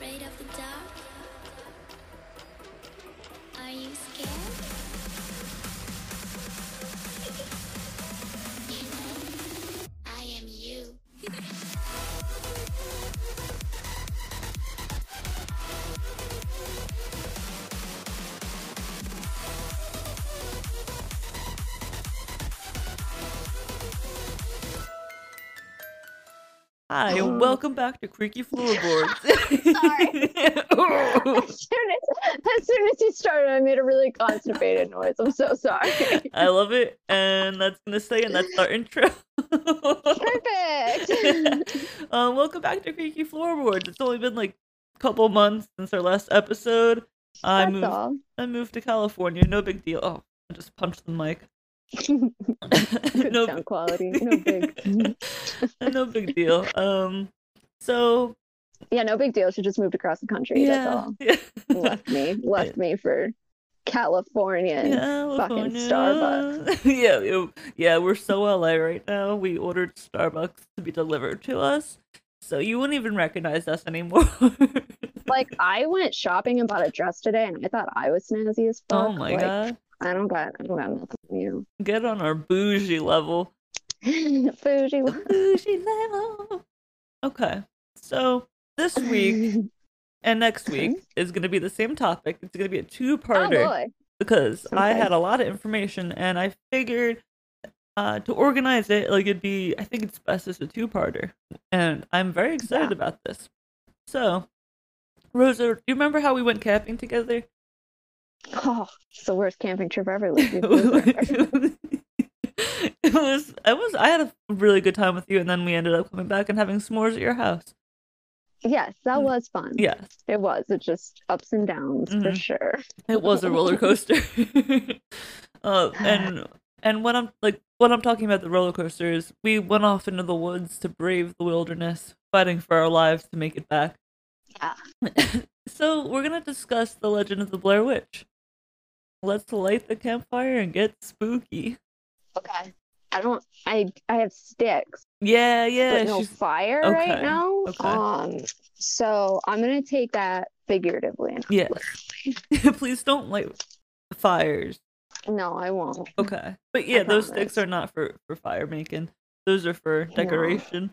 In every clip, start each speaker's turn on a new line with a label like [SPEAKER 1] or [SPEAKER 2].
[SPEAKER 1] of the dark? Are you scared? You know, I am you.
[SPEAKER 2] Hi,
[SPEAKER 3] Oh.
[SPEAKER 2] and welcome back to Creaky Floorboards.
[SPEAKER 3] Sorry. as, soon as, as soon as you started, I made a really constipated noise. I'm so sorry.
[SPEAKER 2] I love it, and that's gonna stay, and that's our intro.
[SPEAKER 3] Perfect.
[SPEAKER 2] um, welcome back to Creaky Floorboards. It's only been like a couple months since our last episode. I
[SPEAKER 3] That's
[SPEAKER 2] moved.
[SPEAKER 3] all.
[SPEAKER 2] I moved to California. No big deal. Oh, I just punched the mic.
[SPEAKER 3] Good
[SPEAKER 2] no,
[SPEAKER 3] sound quality. No big.
[SPEAKER 2] no big deal. Um, so
[SPEAKER 3] yeah, no big deal. She just moved across the country.
[SPEAKER 2] yeah, yeah.
[SPEAKER 3] That's all. Left me. Left me for California. and fucking Starbucks.
[SPEAKER 2] California. yeah, ew. yeah, we're so LA right now. We ordered Starbucks to be delivered to us, so you wouldn't even recognize us anymore. Oh
[SPEAKER 3] Like I went shopping and bought a dress today, and I thought I was snazzy as fuck.
[SPEAKER 2] oh my
[SPEAKER 3] like,
[SPEAKER 2] god,
[SPEAKER 3] I don't got. I don't got nothing new.
[SPEAKER 2] get on our bougie level.
[SPEAKER 3] Bougie.
[SPEAKER 2] The bougie level. Okay, so this week and next week is going to be the same topic. It's going to be a
[SPEAKER 3] Oh
[SPEAKER 2] two-parter.
[SPEAKER 3] boy.
[SPEAKER 2] because I
[SPEAKER 3] Okay.
[SPEAKER 2] had a lot of information and I figured uh, to organize it, like it'd be, I think it's best as a two parter. And I'm very excited
[SPEAKER 3] Yeah.
[SPEAKER 2] about this. So, Rosa, do you remember how we went camping together?
[SPEAKER 3] Oh, it's the worst camping trip ever. Lucy.
[SPEAKER 2] it was, it was, I had a really good time with you, and then we ended up coming back and having s'mores at your house.
[SPEAKER 3] yes, that
[SPEAKER 2] Mm.
[SPEAKER 3] was fun.
[SPEAKER 2] Yes,
[SPEAKER 3] It was. It just ups and downs for
[SPEAKER 2] Mhm.
[SPEAKER 3] sure.
[SPEAKER 2] it was a roller coaster. uh, and and what I'm like, what I'm talking about the roller coaster is we went off into the woods to brave the wilderness, fighting for our lives to make it back.
[SPEAKER 3] Yeah.
[SPEAKER 2] so we're gonna discuss the legend of the Blair Witch. Let's light the campfire and get spooky.
[SPEAKER 3] Okay. I don't. I I have sticks,
[SPEAKER 2] Yeah, yeah.
[SPEAKER 3] but no
[SPEAKER 2] she's-
[SPEAKER 3] fire right
[SPEAKER 2] okay,
[SPEAKER 3] now.
[SPEAKER 2] okay.
[SPEAKER 3] Um. So I'm gonna take that figuratively. not
[SPEAKER 2] Yeah.
[SPEAKER 3] literally.
[SPEAKER 2] Please don't light fires.
[SPEAKER 3] No, I won't.
[SPEAKER 2] Okay. But yeah, those sticks
[SPEAKER 3] promise.
[SPEAKER 2] are not for for fire making. Those are for decoration.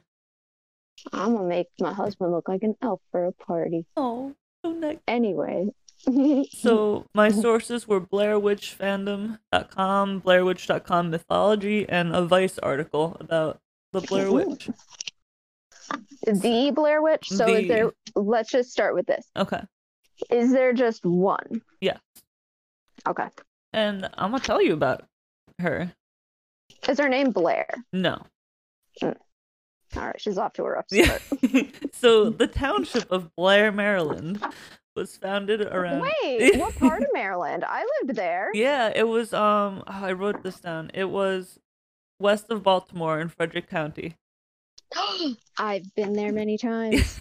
[SPEAKER 3] I'm gonna make my husband look like an elf for a party.
[SPEAKER 2] Oh, so nice.
[SPEAKER 3] Anyway.
[SPEAKER 2] So my sources were BlairWitchFandom.com, BlairWitch.com mythology, and a Vice article about the Blair Witch.
[SPEAKER 3] the Blair Witch. So
[SPEAKER 2] The-
[SPEAKER 3] is there? Let's just start with this.
[SPEAKER 2] Okay,
[SPEAKER 3] Is there just one?
[SPEAKER 2] Yeah.
[SPEAKER 3] Okay.
[SPEAKER 2] and I'm gonna tell you about her.
[SPEAKER 3] Is her name Blair?
[SPEAKER 2] No,
[SPEAKER 3] All right, she's off to a rough
[SPEAKER 2] Yeah.
[SPEAKER 3] start.
[SPEAKER 2] so the township of Blair, Maryland, was founded around.
[SPEAKER 3] Wait, what part of Maryland? I lived there.
[SPEAKER 2] Yeah, it was. Um, oh, I wrote this down. It was west of Baltimore in Frederick County.
[SPEAKER 3] I've been there many times.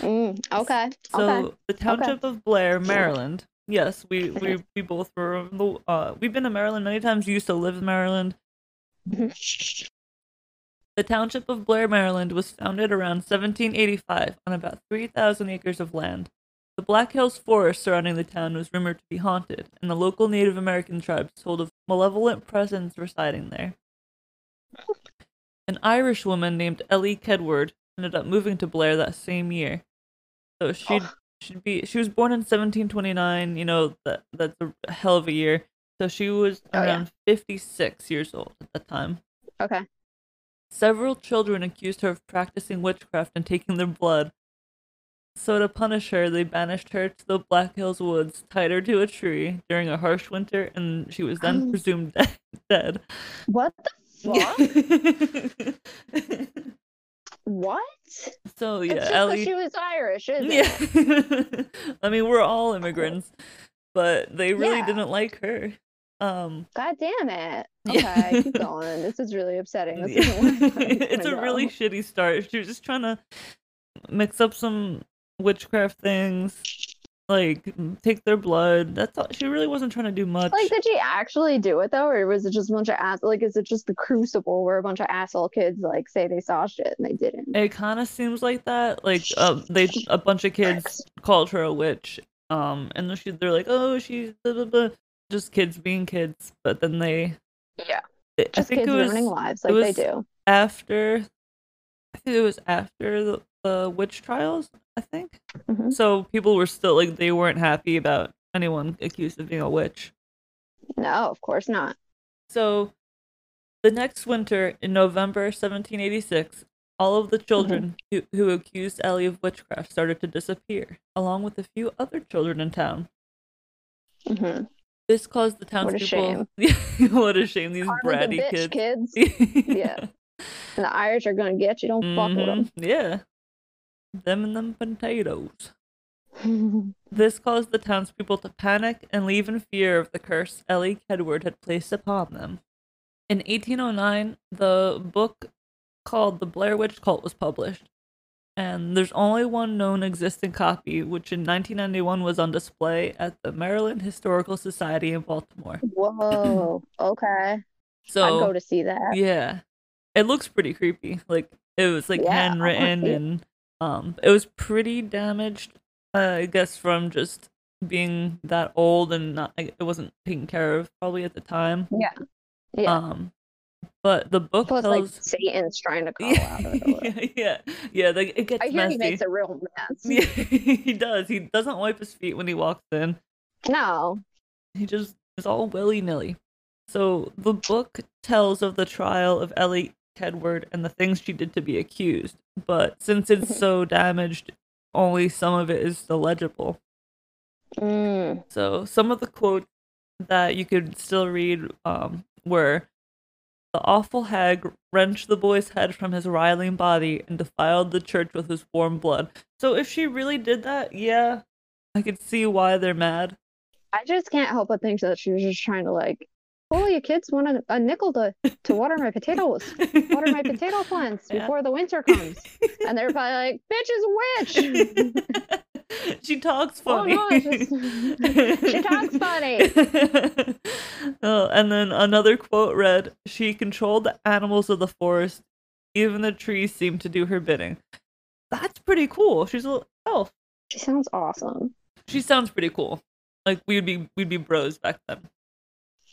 [SPEAKER 3] Mm, okay.
[SPEAKER 2] So
[SPEAKER 3] okay.
[SPEAKER 2] the township of Blair, Maryland. Yes, we we, we both were. in the- Uh, we've been to Maryland many times. You used to live in Maryland.
[SPEAKER 3] Mm-hmm.
[SPEAKER 2] The township of Blair, Maryland was founded around 1785 on about 3,000 acres of land. The Black Hills forest surrounding the town was rumored to be haunted, and the local Native American tribes told of malevolent presence residing there. An Irish woman named Ellie Kedward ended up moving to Blair that same year. So she
[SPEAKER 3] Oh.
[SPEAKER 2] should be she was born in 1729, you know, that that's a hell of a year. So she was
[SPEAKER 3] Oh, yeah.
[SPEAKER 2] around 56 years old at that time.
[SPEAKER 3] Okay.
[SPEAKER 2] Several children accused her of practicing witchcraft and taking their blood. So, to punish her, they banished her to the Black Hills woods, tied her to a tree during a harsh winter, and she was then
[SPEAKER 3] Oh.
[SPEAKER 2] presumed dead.
[SPEAKER 3] What the fuck? what?
[SPEAKER 2] so,
[SPEAKER 3] It's
[SPEAKER 2] yeah,
[SPEAKER 3] just 'cause
[SPEAKER 2] Ellie.
[SPEAKER 3] she was Irish, isn't it?
[SPEAKER 2] Yeah. I mean, we're all immigrants, but they really
[SPEAKER 3] Yeah.
[SPEAKER 2] didn't like her. Um,
[SPEAKER 3] God damn it.
[SPEAKER 2] Yeah.
[SPEAKER 3] Okay, keep going. This is really upsetting. This
[SPEAKER 2] Yeah.
[SPEAKER 3] isn't where I
[SPEAKER 2] it's a
[SPEAKER 3] wanna
[SPEAKER 2] really
[SPEAKER 3] go.
[SPEAKER 2] shitty start. She was just trying to mix up some witchcraft things. like take their blood. That's all. She really wasn't trying to do much.
[SPEAKER 3] Like, did she actually do it though, or was it just a bunch of ass? Like, is it just the crucible where a bunch of asshole kids like say they saw shit and they didn't?
[SPEAKER 2] it kind of seems like that. Like um, they a bunch of kids called her a witch. Um, and then she, they're like, oh, she's blah, blah, blah. just kids being kids. But then they,
[SPEAKER 3] Yeah,
[SPEAKER 2] I- I
[SPEAKER 3] just
[SPEAKER 2] think
[SPEAKER 3] kids
[SPEAKER 2] it was
[SPEAKER 3] ruining lives like
[SPEAKER 2] was-
[SPEAKER 3] they do.
[SPEAKER 2] after. I think it was after the, the witch trials. I think
[SPEAKER 3] Mhm.
[SPEAKER 2] so. People were still like they weren't happy about anyone accused of being a witch.
[SPEAKER 3] No, of course not.
[SPEAKER 2] So, the next winter, in November 1786, all of
[SPEAKER 3] Mm-hmm.
[SPEAKER 2] the children who, who accused Ellie of witchcraft started to disappear, along with a few other children in town.
[SPEAKER 3] hmm
[SPEAKER 2] This caused the
[SPEAKER 3] What a
[SPEAKER 2] townspeople. what a shame! These bratty
[SPEAKER 3] bitch,
[SPEAKER 2] kids.
[SPEAKER 3] kids. Yeah. And the Irish are gonna get you. Don't fuck with them.
[SPEAKER 2] Mhm, Yeah. Them and them potatoes. Mm-hmm.
[SPEAKER 3] oh
[SPEAKER 2] This caused the townspeople to panic and leave in fear of the curse Ellie Kedward had placed upon them. In 1809, the book called The Blair Witch Cult was published, and there's only one known existing copy, which in 1991 was on display at the Maryland Historical Society in Baltimore.
[SPEAKER 3] Whoa. Okay. I'd go
[SPEAKER 2] So,
[SPEAKER 3] to see that.
[SPEAKER 2] yeah, it looks pretty creepy. Like, it was like
[SPEAKER 3] Yeah, I wanna
[SPEAKER 2] handwritten,
[SPEAKER 3] see it.
[SPEAKER 2] and um, it was pretty damaged, uh, I guess, from just being that old and not, like, it wasn't taken care of probably at the time.
[SPEAKER 3] Yeah. Yeah.
[SPEAKER 2] Um, but the book
[SPEAKER 3] Plus, like
[SPEAKER 2] tells.
[SPEAKER 3] Satan's trying to call out. Of it.
[SPEAKER 2] yeah, yeah, yeah. Like it gets
[SPEAKER 3] I hear
[SPEAKER 2] messy.
[SPEAKER 3] he makes a real mess.
[SPEAKER 2] Yeah, he does. He doesn't wipe his feet when he walks in.
[SPEAKER 3] No.
[SPEAKER 2] He just is all willy nilly. So the book tells of the trial of Ellie Kedward and the things she did to be accused, but since it's
[SPEAKER 3] Mhm.
[SPEAKER 2] so damaged, only some of it is still legible.
[SPEAKER 3] Mm.
[SPEAKER 2] So some of the quotes that you could still read um, were the awful hag wrenched the boy's head from his writhing body and defiled the church with his warm blood. So if she really did that, yeah, I could see why they're mad.
[SPEAKER 3] I just can't help but think that she was just trying to like, oh, you kids want a, a nickel to, to water my potatoes, water my potato plants
[SPEAKER 2] Yeah.
[SPEAKER 3] before the winter comes. and they're probably like, bitch is a witch.
[SPEAKER 2] she talks
[SPEAKER 3] Oh,
[SPEAKER 2] funny.
[SPEAKER 3] no, she's- she talks funny.
[SPEAKER 2] oh, and then another quote read, "She controlled the animals of the forest. Even the trees seemed to do her bidding." That's pretty cool. She's a little elf.
[SPEAKER 3] She sounds awesome.
[SPEAKER 2] She sounds pretty cool. Like we'd be we'd be bros back then.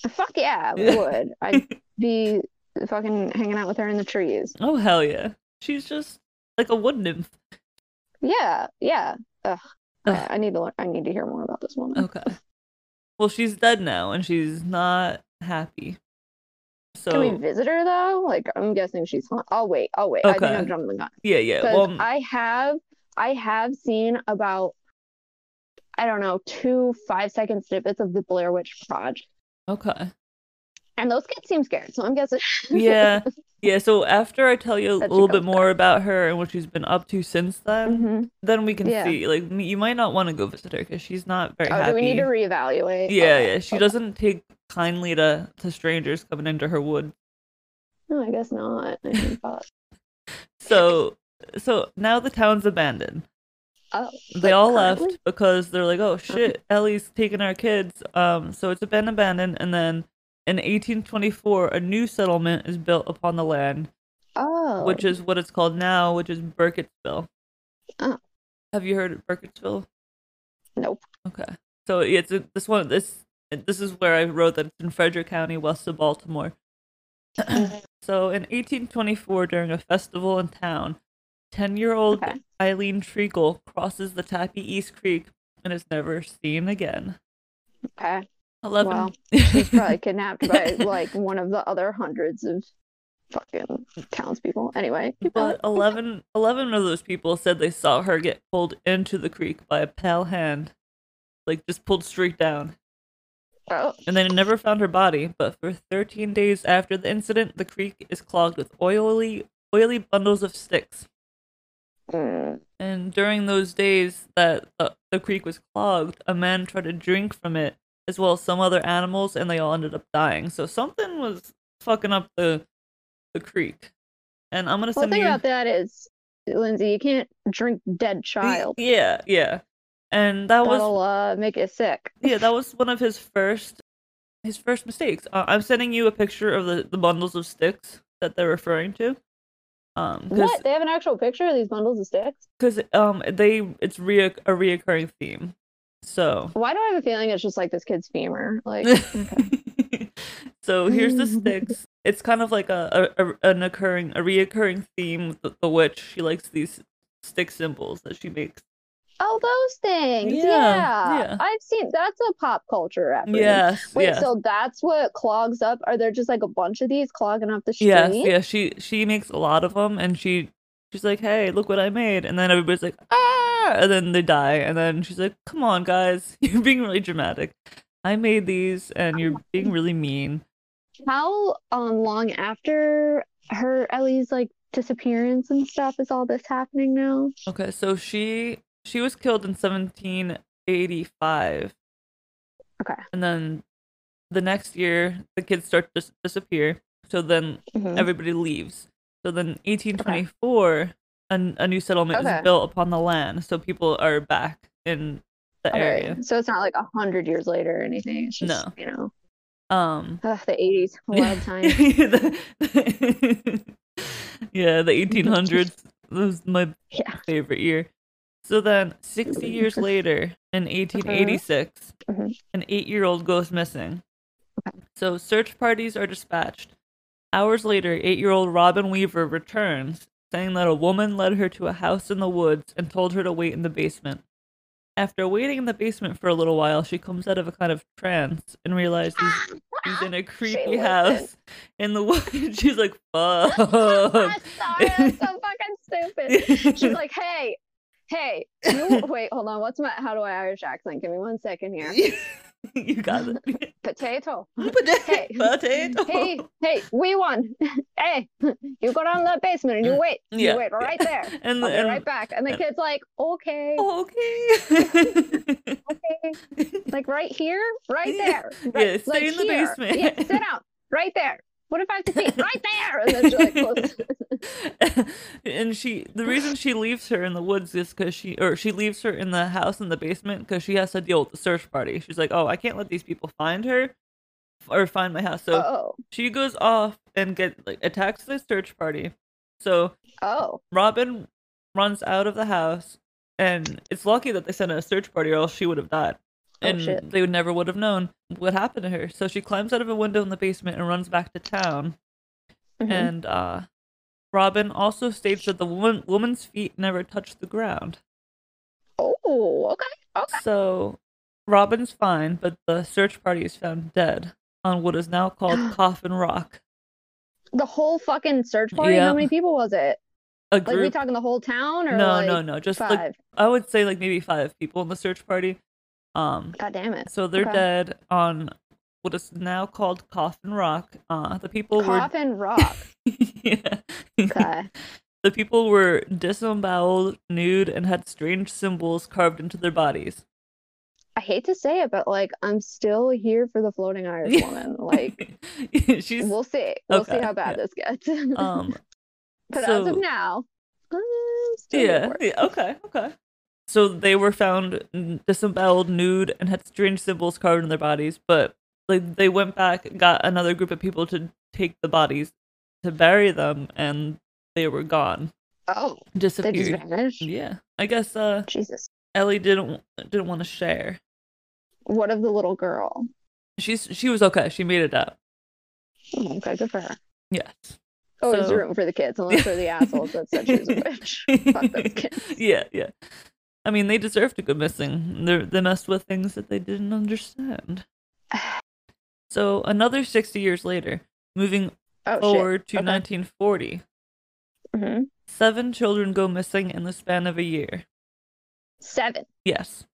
[SPEAKER 3] Fuck yeah, we would. I'd be fucking hanging out with her in the trees.
[SPEAKER 2] Oh hell yeah. She's just like a wood nymph.
[SPEAKER 3] Yeah, yeah. Ugh.
[SPEAKER 2] Ugh.
[SPEAKER 3] I I need to learn. I need to hear more about this woman.
[SPEAKER 2] Okay. Well, she's dead now, and she's not happy. Oh, So
[SPEAKER 3] Can we visit her though? Like, I'm guessing she's. haunt- I'll wait. I'll wait. I
[SPEAKER 2] Okay.
[SPEAKER 3] think I'm jumping the gun.
[SPEAKER 2] yeah, yeah.
[SPEAKER 3] because
[SPEAKER 2] Well,
[SPEAKER 3] I have I have seen about I don't know two five second snippets of the Blair Witch Project,
[SPEAKER 2] okay.
[SPEAKER 3] and those kids seem scared. So I'm guessing
[SPEAKER 2] yeah yeah so after i tell you a
[SPEAKER 3] That she
[SPEAKER 2] little bit
[SPEAKER 3] comes
[SPEAKER 2] more about her and what she's been up to since then
[SPEAKER 3] Mhm.
[SPEAKER 2] then we can
[SPEAKER 3] Yeah.
[SPEAKER 2] see like m- you might not want to go visit her because she's not very
[SPEAKER 3] Oh,
[SPEAKER 2] happy
[SPEAKER 3] do we need to reevaluate? Oh,
[SPEAKER 2] yeah
[SPEAKER 3] Okay.
[SPEAKER 2] yeah she doesn't take kindly to to strangers coming into her wood
[SPEAKER 3] No, I guess not. I didn't thought-
[SPEAKER 2] so so now the town's abandoned
[SPEAKER 3] Oh,
[SPEAKER 2] they
[SPEAKER 3] like,
[SPEAKER 2] all
[SPEAKER 3] currently?
[SPEAKER 2] left because they're like oh shit ellie's taking our kids um so it's been abandoned and then in 1824 a new settlement is built upon the land
[SPEAKER 3] Oh,
[SPEAKER 2] which is what it's called now, which is Burkittsville.
[SPEAKER 3] Oh.
[SPEAKER 2] Have you heard of Burkittsville?
[SPEAKER 3] nope.
[SPEAKER 2] Okay. So it's a, this one. This this is where I wrote that it's in Frederick County, west of Baltimore. So in 1824, during a festival in town, ten-year-old
[SPEAKER 3] Okay.
[SPEAKER 2] Eileen Treacle crosses the Tappy East Creek and is never seen again.
[SPEAKER 3] Okay,
[SPEAKER 2] Eleven.
[SPEAKER 3] Wow. she's probably kidnapped by like one of the other hundreds of fucking townspeople. Anyway, keep
[SPEAKER 2] But 11, 11 of those people said they saw her get pulled into the creek by a pale hand, like just pulled straight down.
[SPEAKER 3] going. oh,
[SPEAKER 2] and they never found her body. But for 13 days after the incident, the creek is clogged with oily, oily bundles of sticks.
[SPEAKER 3] mm,
[SPEAKER 2] And during those days that uh, the creek was clogged, a man tried to drink from it, as well as some other animals, and they all ended up dying. So something was fucking up the the creek. And I'm gonna
[SPEAKER 3] well, the
[SPEAKER 2] send
[SPEAKER 3] thing
[SPEAKER 2] you.
[SPEAKER 3] about that is, Lindsay, you can't drink dead child.
[SPEAKER 2] Yeah, yeah. and that was
[SPEAKER 3] That'll uh, make it sick.
[SPEAKER 2] yeah, that was one of his first his first mistakes. Uh, I'm sending you a picture of the, the bundles of sticks that they're referring to. Um,
[SPEAKER 3] What? They have an actual picture of these bundles of sticks?
[SPEAKER 2] because um they it's re- a reoccurring theme. So
[SPEAKER 3] Why do I have a feeling it's just like this kid's femur? Like,
[SPEAKER 2] so here's the sticks. It's kind of like a, a, a- an occurring a reoccurring theme with the, the witch. She likes these stick symbols that she makes.
[SPEAKER 3] oh, those things.
[SPEAKER 2] Yeah,
[SPEAKER 3] Yeah.
[SPEAKER 2] yeah.
[SPEAKER 3] I've seen that's a pop culture reference.
[SPEAKER 2] Yes,
[SPEAKER 3] Wait,
[SPEAKER 2] yes.
[SPEAKER 3] so that's what clogs up? Are there just like a bunch of these clogging up the street?
[SPEAKER 2] Yes, yeah. She she makes a lot of them, and she she's like, "Hey, look what I made!" And then everybody's like, "Ah!" And then they die, and then she's like, "Come on, guys, you're being really dramatic. I made these, and you're being really mean."
[SPEAKER 3] How um long after her Ellie's like disappearance and stuff is all this happening now?
[SPEAKER 2] Okay, so she she was killed in 1785.
[SPEAKER 3] Okay.
[SPEAKER 2] And then the next year, the kids start to dis- disappear. So then
[SPEAKER 3] Mhm.
[SPEAKER 2] everybody leaves. So then 1824, an, a new settlement
[SPEAKER 3] Okay.
[SPEAKER 2] is built upon the land. So people are back in the
[SPEAKER 3] All right.
[SPEAKER 2] area.
[SPEAKER 3] So it's not like a hundred years later or anything. It's just
[SPEAKER 2] No.
[SPEAKER 3] you know
[SPEAKER 2] Um
[SPEAKER 3] ugh, the eighties, wild time.
[SPEAKER 2] yeah, the 1800s was my
[SPEAKER 3] Yeah.
[SPEAKER 2] favorite year. So then, 60 years later, in
[SPEAKER 3] Uh-huh.
[SPEAKER 2] 1886,
[SPEAKER 3] Mhm.
[SPEAKER 2] an eight year old goes missing.
[SPEAKER 3] Okay.
[SPEAKER 2] So search parties are dispatched. Hours later, eight year old Robin Weaver returns, saying that a woman led her to a house in the woods and told her to wait in the basement. After waiting in the basement for a little while, she comes out of a kind of trance and realizes she's in a creepy
[SPEAKER 3] wasn't.
[SPEAKER 2] house in the woods. She's like,
[SPEAKER 3] I'm
[SPEAKER 2] fuck.
[SPEAKER 3] sorry, I'm so fucking stupid. She's like, hey, hey, you, wait, hold on. What's my, how do I Irish accent? Give me one second here.
[SPEAKER 2] you got it.
[SPEAKER 3] Potato.
[SPEAKER 2] Potato.
[SPEAKER 3] Hey.
[SPEAKER 2] Potato.
[SPEAKER 3] Hey, hey, we won. Hey, you go down to the basement and you wait.
[SPEAKER 2] Mm. Yeah,
[SPEAKER 3] You wait right there.
[SPEAKER 2] And,
[SPEAKER 3] I'll be
[SPEAKER 2] and
[SPEAKER 3] right back. And the
[SPEAKER 2] and-
[SPEAKER 3] kid's like, okay,
[SPEAKER 2] okay.
[SPEAKER 3] okay. Like right here, right
[SPEAKER 2] Yeah,
[SPEAKER 3] there. Right,
[SPEAKER 2] yeah, stay
[SPEAKER 3] like
[SPEAKER 2] in the
[SPEAKER 3] here.
[SPEAKER 2] basement.
[SPEAKER 3] Yeah, sit down. Right there. What if I have to sit right there? And then she like closes.
[SPEAKER 2] and she, the reason she leaves her in the woods is because she, or she leaves her in the house in the basement because she has to deal with the search party. She's like, oh, I can't let these people find her or find my house. So
[SPEAKER 3] Oh,
[SPEAKER 2] she goes off and get like attacks the search party. So
[SPEAKER 3] oh,
[SPEAKER 2] Robin runs out of the house, and it's lucky that they sent a search party, or else she would have died,
[SPEAKER 3] Oh,
[SPEAKER 2] and
[SPEAKER 3] shit.
[SPEAKER 2] they would never would have known what happened to her. So she climbs out of a window in the basement and runs back to town.
[SPEAKER 3] Mhm.
[SPEAKER 2] And uh, Robin also states that the woman woman's feet never touched the ground.
[SPEAKER 3] oh, okay, okay.
[SPEAKER 2] So Robin's fine, but the search party is found dead on what is now called Coffin Rock.
[SPEAKER 3] The whole fucking search party.
[SPEAKER 2] Yeah.
[SPEAKER 3] How many people was it?
[SPEAKER 2] A
[SPEAKER 3] Like we
[SPEAKER 2] group.
[SPEAKER 3] talking the whole town or
[SPEAKER 2] no,
[SPEAKER 3] like
[SPEAKER 2] no, no. Just like
[SPEAKER 3] five?
[SPEAKER 2] I would say, like maybe five people in the search party. Um,
[SPEAKER 3] God damn it!
[SPEAKER 2] So they're
[SPEAKER 3] Okay.
[SPEAKER 2] dead on what is now called Coffin Rock. Uh, the people
[SPEAKER 3] Coffin rock. Uh,
[SPEAKER 2] were yeah.
[SPEAKER 3] Okay.
[SPEAKER 2] the people were disemboweled, nude, and had strange symbols carved into their bodies.
[SPEAKER 3] I hate to say it, but like I'm still here for the floating Irish woman. Like
[SPEAKER 2] she's
[SPEAKER 3] we'll see. We'll see
[SPEAKER 2] Okay,
[SPEAKER 3] how bad this gets.
[SPEAKER 2] um
[SPEAKER 3] but as
[SPEAKER 2] so-
[SPEAKER 3] of now, I'm still here
[SPEAKER 2] yeah,
[SPEAKER 3] for it.
[SPEAKER 2] yeah okay okay. So they were found n- disemboweled, nude, and had strange symbols carved in their bodies. But like they went back, got another group of people to take the bodies to bury them, and they were gone.
[SPEAKER 3] Oh, they
[SPEAKER 2] disappeared.
[SPEAKER 3] just vanished.
[SPEAKER 2] yeah, I guess uh,
[SPEAKER 3] Jesus.
[SPEAKER 2] Ellie didn't didn't want to share.
[SPEAKER 3] What of the little girl?
[SPEAKER 2] She's she was okay. She made it out.
[SPEAKER 3] Oh, okay, good for her.
[SPEAKER 2] Yes.
[SPEAKER 3] Oh, it's
[SPEAKER 2] So-
[SPEAKER 3] room for the kids, unless they're the assholes that said she was a witch. Fuck those kids.
[SPEAKER 2] yeah, yeah. I mean, they deserved to go missing. They they messed with things that they didn't understand. So another sixty years later, moving
[SPEAKER 3] Oh
[SPEAKER 2] forward to
[SPEAKER 3] Okay.
[SPEAKER 2] 1940,
[SPEAKER 3] shit. hmm
[SPEAKER 2] seven children go missing in the span of a year.
[SPEAKER 3] Seven
[SPEAKER 2] Yes,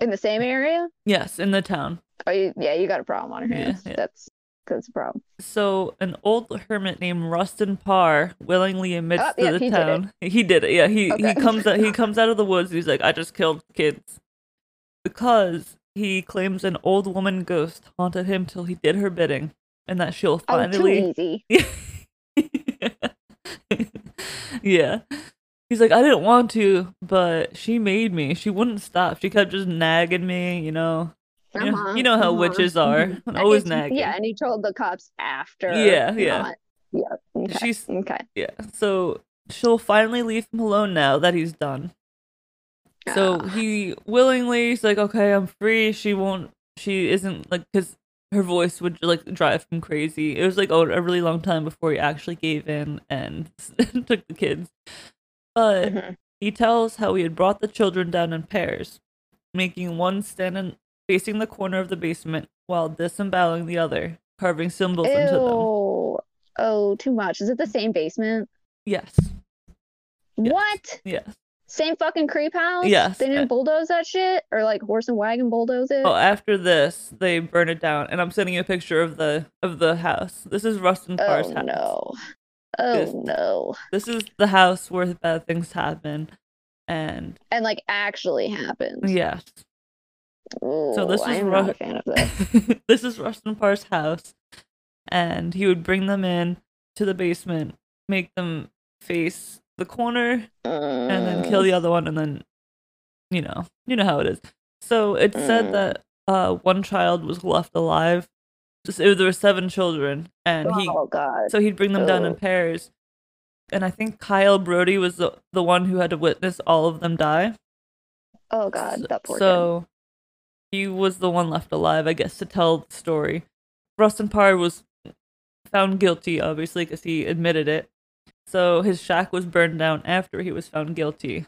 [SPEAKER 3] in the same area.
[SPEAKER 2] yes, in the town.
[SPEAKER 3] Oh, you, yeah, you got a problem on your
[SPEAKER 2] Yeah,
[SPEAKER 3] hands.
[SPEAKER 2] yeah.
[SPEAKER 3] That's that's a problem.
[SPEAKER 2] So an old hermit named Rustin Parr willingly admits
[SPEAKER 3] Oh,
[SPEAKER 2] to
[SPEAKER 3] yeah,
[SPEAKER 2] the
[SPEAKER 3] he did it.
[SPEAKER 2] town. He did it. Yeah, he he
[SPEAKER 3] Okay.
[SPEAKER 2] comes out he comes out of the woods. He's like, I just killed kids because he claims an old woman ghost haunted him till he did her bidding, and that she'll
[SPEAKER 3] Oh, too
[SPEAKER 2] finally.
[SPEAKER 3] easy.
[SPEAKER 2] yeah, He's like, I didn't want to, but she made me. She wouldn't stop. She kept just nagging me, you know. You know,
[SPEAKER 3] Uh-huh,
[SPEAKER 2] you know how
[SPEAKER 3] uh-huh.
[SPEAKER 2] witches are.
[SPEAKER 3] And
[SPEAKER 2] Always
[SPEAKER 3] he-
[SPEAKER 2] nagging.
[SPEAKER 3] Yeah, and he told the cops after.
[SPEAKER 2] Yeah, yeah.
[SPEAKER 3] not- yeah. Okay.
[SPEAKER 2] She's
[SPEAKER 3] okay.
[SPEAKER 2] yeah. So she'll finally leave him alone now that he's done. So
[SPEAKER 3] Ah.
[SPEAKER 2] he willingly he's like, okay, I'm free. She won't. She isn't like because her voice would like drive him crazy. It was like oh, a really long time before he actually gave in and took the kids. But
[SPEAKER 3] Mhm.
[SPEAKER 2] he tells how he had brought the children down in pairs, making one stand in, facing the corner of the basement while disemboweling the other, carving symbols into them.
[SPEAKER 3] Ew. Oh, too much. Is it the same basement?
[SPEAKER 2] Yes, Yes.
[SPEAKER 3] What?
[SPEAKER 2] yes.
[SPEAKER 3] Same fucking creep house?
[SPEAKER 2] Yes.
[SPEAKER 3] They didn't bulldoze that shit? Or like horse and wagon bulldoze it?
[SPEAKER 2] Oh, after this, they burn it down, and I'm sending you a picture of the of the house. This is Rustin
[SPEAKER 3] Oh,
[SPEAKER 2] Parr's house.
[SPEAKER 3] no.
[SPEAKER 2] Yes.
[SPEAKER 3] Oh no.
[SPEAKER 2] This is the house where bad things happen, and
[SPEAKER 3] And like actually happened.
[SPEAKER 2] yes,
[SPEAKER 3] so
[SPEAKER 2] this
[SPEAKER 3] I
[SPEAKER 2] is
[SPEAKER 3] am
[SPEAKER 2] rough.
[SPEAKER 3] not a fan of this.
[SPEAKER 2] this is Rustin Parr's house, and he would bring them in to the basement, make them face the corner, and
[SPEAKER 3] Mm.
[SPEAKER 2] then kill the other one and then you know you know how it is so it said
[SPEAKER 3] Mm.
[SPEAKER 2] that uh one child was left alive just it, there were seven children and he
[SPEAKER 3] Oh god.
[SPEAKER 2] so he'd bring them down in
[SPEAKER 3] Oh.
[SPEAKER 2] pairs and i think kyle brody was the, the one who had to witness all of them die
[SPEAKER 3] Oh god. That poor kid.
[SPEAKER 2] so he was the one left alive i guess to tell the story rustin parr was found guilty obviously because he admitted it so his shack was burned down after he was found guilty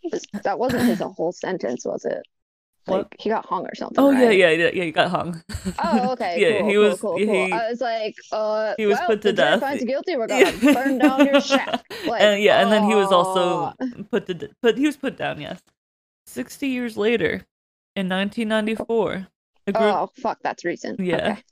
[SPEAKER 3] He was- That wasn't his whole sentence, was it?
[SPEAKER 2] What?
[SPEAKER 3] Like he got hung or something.
[SPEAKER 2] Oh
[SPEAKER 3] right?
[SPEAKER 2] yeah, yeah, yeah, yeah. He got hung.
[SPEAKER 3] Oh, okay.
[SPEAKER 2] yeah,
[SPEAKER 3] cool,
[SPEAKER 2] he
[SPEAKER 3] cool,
[SPEAKER 2] was.
[SPEAKER 3] Cool, cool.
[SPEAKER 2] He,
[SPEAKER 3] I was like, uh,
[SPEAKER 2] he was
[SPEAKER 3] well,
[SPEAKER 2] put to
[SPEAKER 3] the jury
[SPEAKER 2] death.
[SPEAKER 3] Finds you guilty. We're
[SPEAKER 2] Yeah.
[SPEAKER 3] gonna burn down your shack. Like,
[SPEAKER 2] and, yeah, and then he was
[SPEAKER 3] aw.
[SPEAKER 2] also put to d- put. He was put down. Yes, sixty years later, in 1994, a group
[SPEAKER 3] Oh fuck, that's recent.
[SPEAKER 2] Yeah.
[SPEAKER 3] Okay.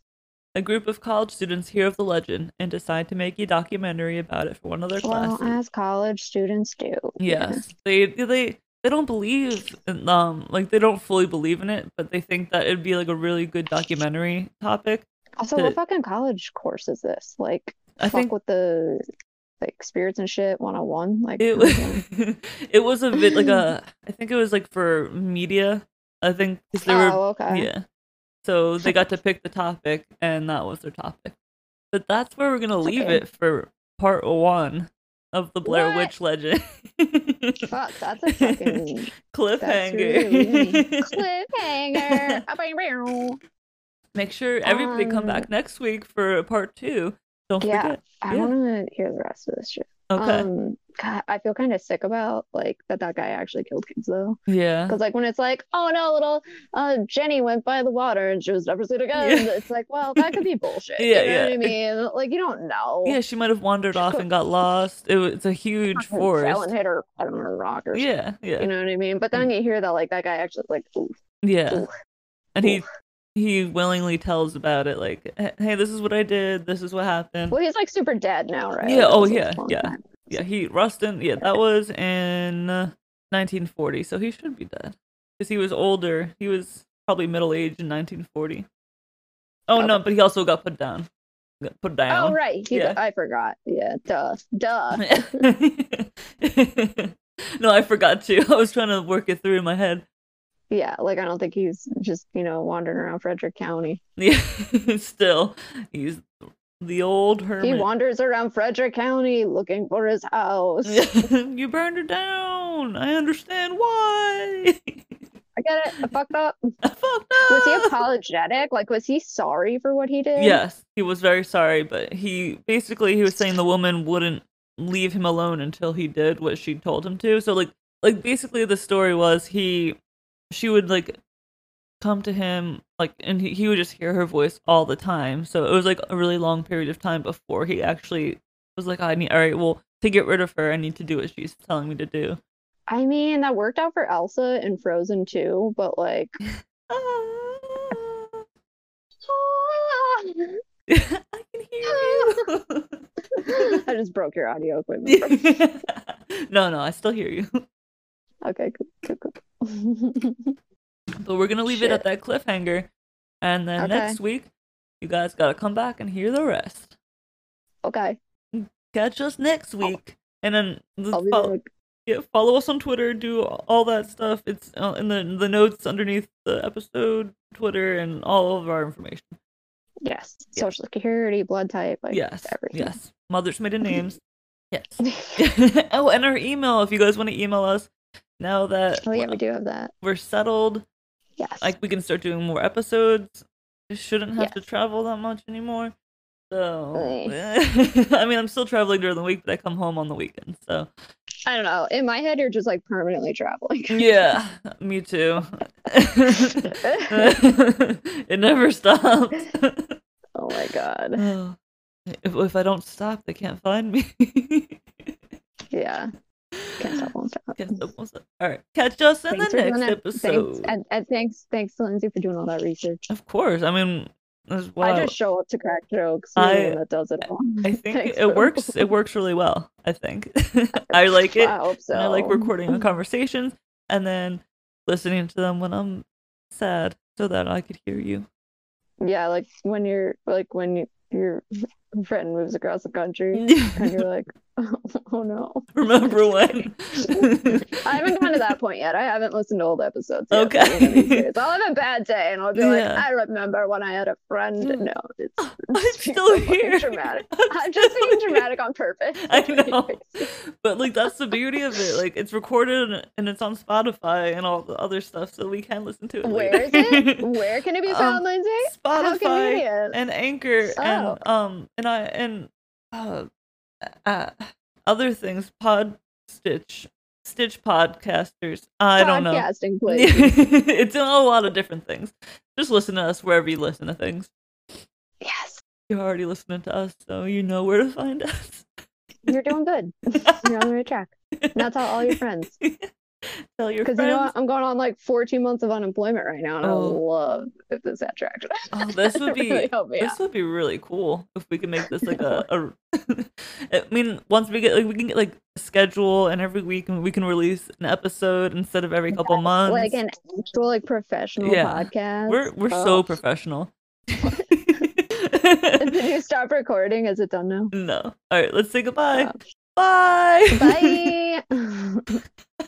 [SPEAKER 2] a group of college students hear of the legend and decide to make a documentary about it for one of their
[SPEAKER 3] Well,
[SPEAKER 2] classes.
[SPEAKER 3] as college students do.
[SPEAKER 2] Yes, they they they don't believe in, um like they don't fully believe in it, but they think that it'd be like a really good documentary topic.
[SPEAKER 3] Also,
[SPEAKER 2] Did
[SPEAKER 3] what
[SPEAKER 2] it-
[SPEAKER 3] fucking college course is this? Like,
[SPEAKER 2] I
[SPEAKER 3] fuck
[SPEAKER 2] think
[SPEAKER 3] with the like spirits and shit 101. Like,
[SPEAKER 2] It was, it was a bit like a. I think it was like for media. I think 'cause they were
[SPEAKER 3] oh, okay.
[SPEAKER 2] yeah. So they got to pick the topic, and that was their topic. But that's where we're gonna leave
[SPEAKER 3] Okay.
[SPEAKER 2] it for part one of the Blair
[SPEAKER 3] What?
[SPEAKER 2] Witch legend.
[SPEAKER 3] Fuck, that's a fucking that's really
[SPEAKER 2] cliffhanger.
[SPEAKER 3] cliffhanger. Ah, bang, bang.
[SPEAKER 2] Make sure everybody come
[SPEAKER 3] Um,
[SPEAKER 2] back next week for part two. Don't
[SPEAKER 3] yeah,
[SPEAKER 2] forget.
[SPEAKER 3] I
[SPEAKER 2] Yeah.
[SPEAKER 3] want to hear the rest of this shit.
[SPEAKER 2] Okay.
[SPEAKER 3] Um, God, I feel kind of sick about like that that guy actually killed kids though,
[SPEAKER 2] yeah.
[SPEAKER 3] because like when it's like, oh no, little uh Jenny went by the water and she was never seen again.
[SPEAKER 2] Yeah.
[SPEAKER 3] It's like, well, that could be bullshit.
[SPEAKER 2] Yeah,
[SPEAKER 3] you know
[SPEAKER 2] yeah.
[SPEAKER 3] what I mean? Like you don't know.
[SPEAKER 2] Yeah, she might have wandered off and got lost. It was a huge
[SPEAKER 3] She fell and
[SPEAKER 2] forest.
[SPEAKER 3] hit her head on a rock or
[SPEAKER 2] Yeah, yeah.
[SPEAKER 3] something. You know what I mean? But then you hear that like that guy actually like, ooh,
[SPEAKER 2] Yeah.
[SPEAKER 3] Oof.
[SPEAKER 2] And he he willingly tells about it like hey this is what I did, this is what happened.
[SPEAKER 3] well, he's like super dead now, right?
[SPEAKER 2] Yeah,
[SPEAKER 3] Like,
[SPEAKER 2] oh,
[SPEAKER 3] this was a
[SPEAKER 2] yeah,
[SPEAKER 3] long
[SPEAKER 2] yeah.
[SPEAKER 3] time.
[SPEAKER 2] Yeah, he Rustin, yeah, that was in uh, 1940, so he should be dead. Cuz he was older. He was probably middle-aged in 1940. Oh no, but he also got put down. Got put down.
[SPEAKER 3] Oh right, he,
[SPEAKER 2] Yeah.
[SPEAKER 3] I forgot. Yeah, duh, duh.
[SPEAKER 2] no, I forgot to. I was trying to work it through in my head.
[SPEAKER 3] Yeah, like I don't think he's just you know wandering around Frederick County.
[SPEAKER 2] Yeah. Still, he's the old hermit.
[SPEAKER 3] He wanders around Frederick County looking for his house. I
[SPEAKER 2] you burned her down. I understand why.
[SPEAKER 3] get it. I fucked up.
[SPEAKER 2] I fucked
[SPEAKER 3] Was he
[SPEAKER 2] up.
[SPEAKER 3] apologetic? Like, was he sorry for what he did?
[SPEAKER 2] Yes, he was very sorry, but he basically he was saying the woman wouldn't leave him alone until he did what she told him to. So like like basically the story was he she would like come to him like and he, he would just hear her voice all the time. So it was like a really long period of time before he actually was like I need all right, well to get rid of her I need to do what she's telling me to do.
[SPEAKER 3] I mean, that worked out for Elsa in Frozen too, but like,
[SPEAKER 2] Ah.
[SPEAKER 3] ah,
[SPEAKER 2] I can hear
[SPEAKER 3] I just broke your audio equipment.
[SPEAKER 2] you. no, no, I still hear you.
[SPEAKER 3] Okay, cool, cool, cool.
[SPEAKER 2] But we're gonna leave it at that cliffhanger, and then
[SPEAKER 3] Okay.
[SPEAKER 2] next week, you guys gotta come back and hear the rest.
[SPEAKER 3] okay,
[SPEAKER 2] Catch us next week, and then
[SPEAKER 3] Oh. I'll be
[SPEAKER 2] fol-
[SPEAKER 3] back.
[SPEAKER 2] yeah, follow us on Twitter. Do all that stuff. It's uh, in the the notes underneath the episode, Twitter, and all of our information.
[SPEAKER 3] Yes.
[SPEAKER 2] Yeah.
[SPEAKER 3] Social security, blood type, like
[SPEAKER 2] yes,
[SPEAKER 3] everything.
[SPEAKER 2] yes. Mothers' maiden names. Yes.
[SPEAKER 3] Yes.
[SPEAKER 2] oh, and our email. If you guys want to email us, now that
[SPEAKER 3] oh yeah, we do have that.
[SPEAKER 2] we're settled,
[SPEAKER 3] Yes.
[SPEAKER 2] like we can start doing more episodes. We shouldn't have to
[SPEAKER 3] Yes.
[SPEAKER 2] travel that much anymore. So,
[SPEAKER 3] Right.
[SPEAKER 2] I mean, I'm still traveling during the week, but I come home on the weekend. So,
[SPEAKER 3] I don't know. In my head, you're just like permanently traveling.
[SPEAKER 2] yeah, me too. it never stops.
[SPEAKER 3] oh my god.
[SPEAKER 2] Oh, if, if I don't stop, they can't find me.
[SPEAKER 3] Yeah. Can't stop, won't stop.
[SPEAKER 2] Can't stop, won't stop. All right, catch us in
[SPEAKER 3] Thanks
[SPEAKER 2] the
[SPEAKER 3] for
[SPEAKER 2] next
[SPEAKER 3] doing that.
[SPEAKER 2] episode.
[SPEAKER 3] Thanks, and, and thanks, thanks, Lindsay, for doing all that research.
[SPEAKER 2] Of course. I mean, that's
[SPEAKER 3] I
[SPEAKER 2] wow.
[SPEAKER 3] just show up to crack jokes. You're the
[SPEAKER 2] I-
[SPEAKER 3] one that does it all.
[SPEAKER 2] I think
[SPEAKER 3] Thanks
[SPEAKER 2] it
[SPEAKER 3] for-
[SPEAKER 2] works. It works really well. I think I like it.
[SPEAKER 3] I hope so.
[SPEAKER 2] and
[SPEAKER 3] uh-huh.
[SPEAKER 2] I like recording the conversations and then listening to them when I'm sad, so that I could hear you.
[SPEAKER 3] Yeah, like when you're like when you, your friend moves across the country and you're like, oh, no.
[SPEAKER 2] Remember when?
[SPEAKER 3] I haven't gotten to that point yet. I haven't listened to old episodes. Yet,
[SPEAKER 2] Okay.
[SPEAKER 3] but one of these days. I'll have a bad day and I'll be like,
[SPEAKER 2] Yeah.
[SPEAKER 3] I remember when I had a friend.
[SPEAKER 2] Mm.
[SPEAKER 3] No, it's,
[SPEAKER 2] I'm
[SPEAKER 3] it's being
[SPEAKER 2] still
[SPEAKER 3] so fucking
[SPEAKER 2] here.
[SPEAKER 3] Dramatic.
[SPEAKER 2] I'm
[SPEAKER 3] I'm just
[SPEAKER 2] still
[SPEAKER 3] being
[SPEAKER 2] here.
[SPEAKER 3] dramatic on purpose.
[SPEAKER 2] I know. But like that's the beauty of it. Like it's recorded and it's on Spotify and all the other stuff, so we can listen to it.
[SPEAKER 3] Where
[SPEAKER 2] later.
[SPEAKER 3] is it? Where can it be found,
[SPEAKER 2] Um,
[SPEAKER 3] Lindsay? How
[SPEAKER 2] Spotify.
[SPEAKER 3] convenient.
[SPEAKER 2] and anchor
[SPEAKER 3] Oh.
[SPEAKER 2] and um and i and uh, uh other things pod stitch stitch podcasters i don't know
[SPEAKER 3] Podcasting, please.
[SPEAKER 2] it's in a lot of different things just listen to us wherever you listen to things
[SPEAKER 3] yes.
[SPEAKER 2] you're already listening to us so you know where to find us
[SPEAKER 3] You're doing good. You're on the right track. Now tell all your friends.
[SPEAKER 2] tell your
[SPEAKER 3] Because
[SPEAKER 2] friends
[SPEAKER 3] you know what? I'm going on like 14 months of unemployment right now, and I
[SPEAKER 2] Oh.
[SPEAKER 3] would love if this had traction.
[SPEAKER 2] oh, this would be
[SPEAKER 3] really help me
[SPEAKER 2] This
[SPEAKER 3] out.
[SPEAKER 2] would be really cool if we could make this like a. a I mean, once we get like we can get like a schedule, and every week and we can release an episode instead of every couple months.
[SPEAKER 3] Like an actual like professional
[SPEAKER 2] Yeah.
[SPEAKER 3] podcast.
[SPEAKER 2] we're we're
[SPEAKER 3] oh.
[SPEAKER 2] so professional.
[SPEAKER 3] Did you stop recording? Is it done now?
[SPEAKER 2] no. All right, let's say goodbye.
[SPEAKER 3] Uh,
[SPEAKER 2] Bye.
[SPEAKER 3] Bye.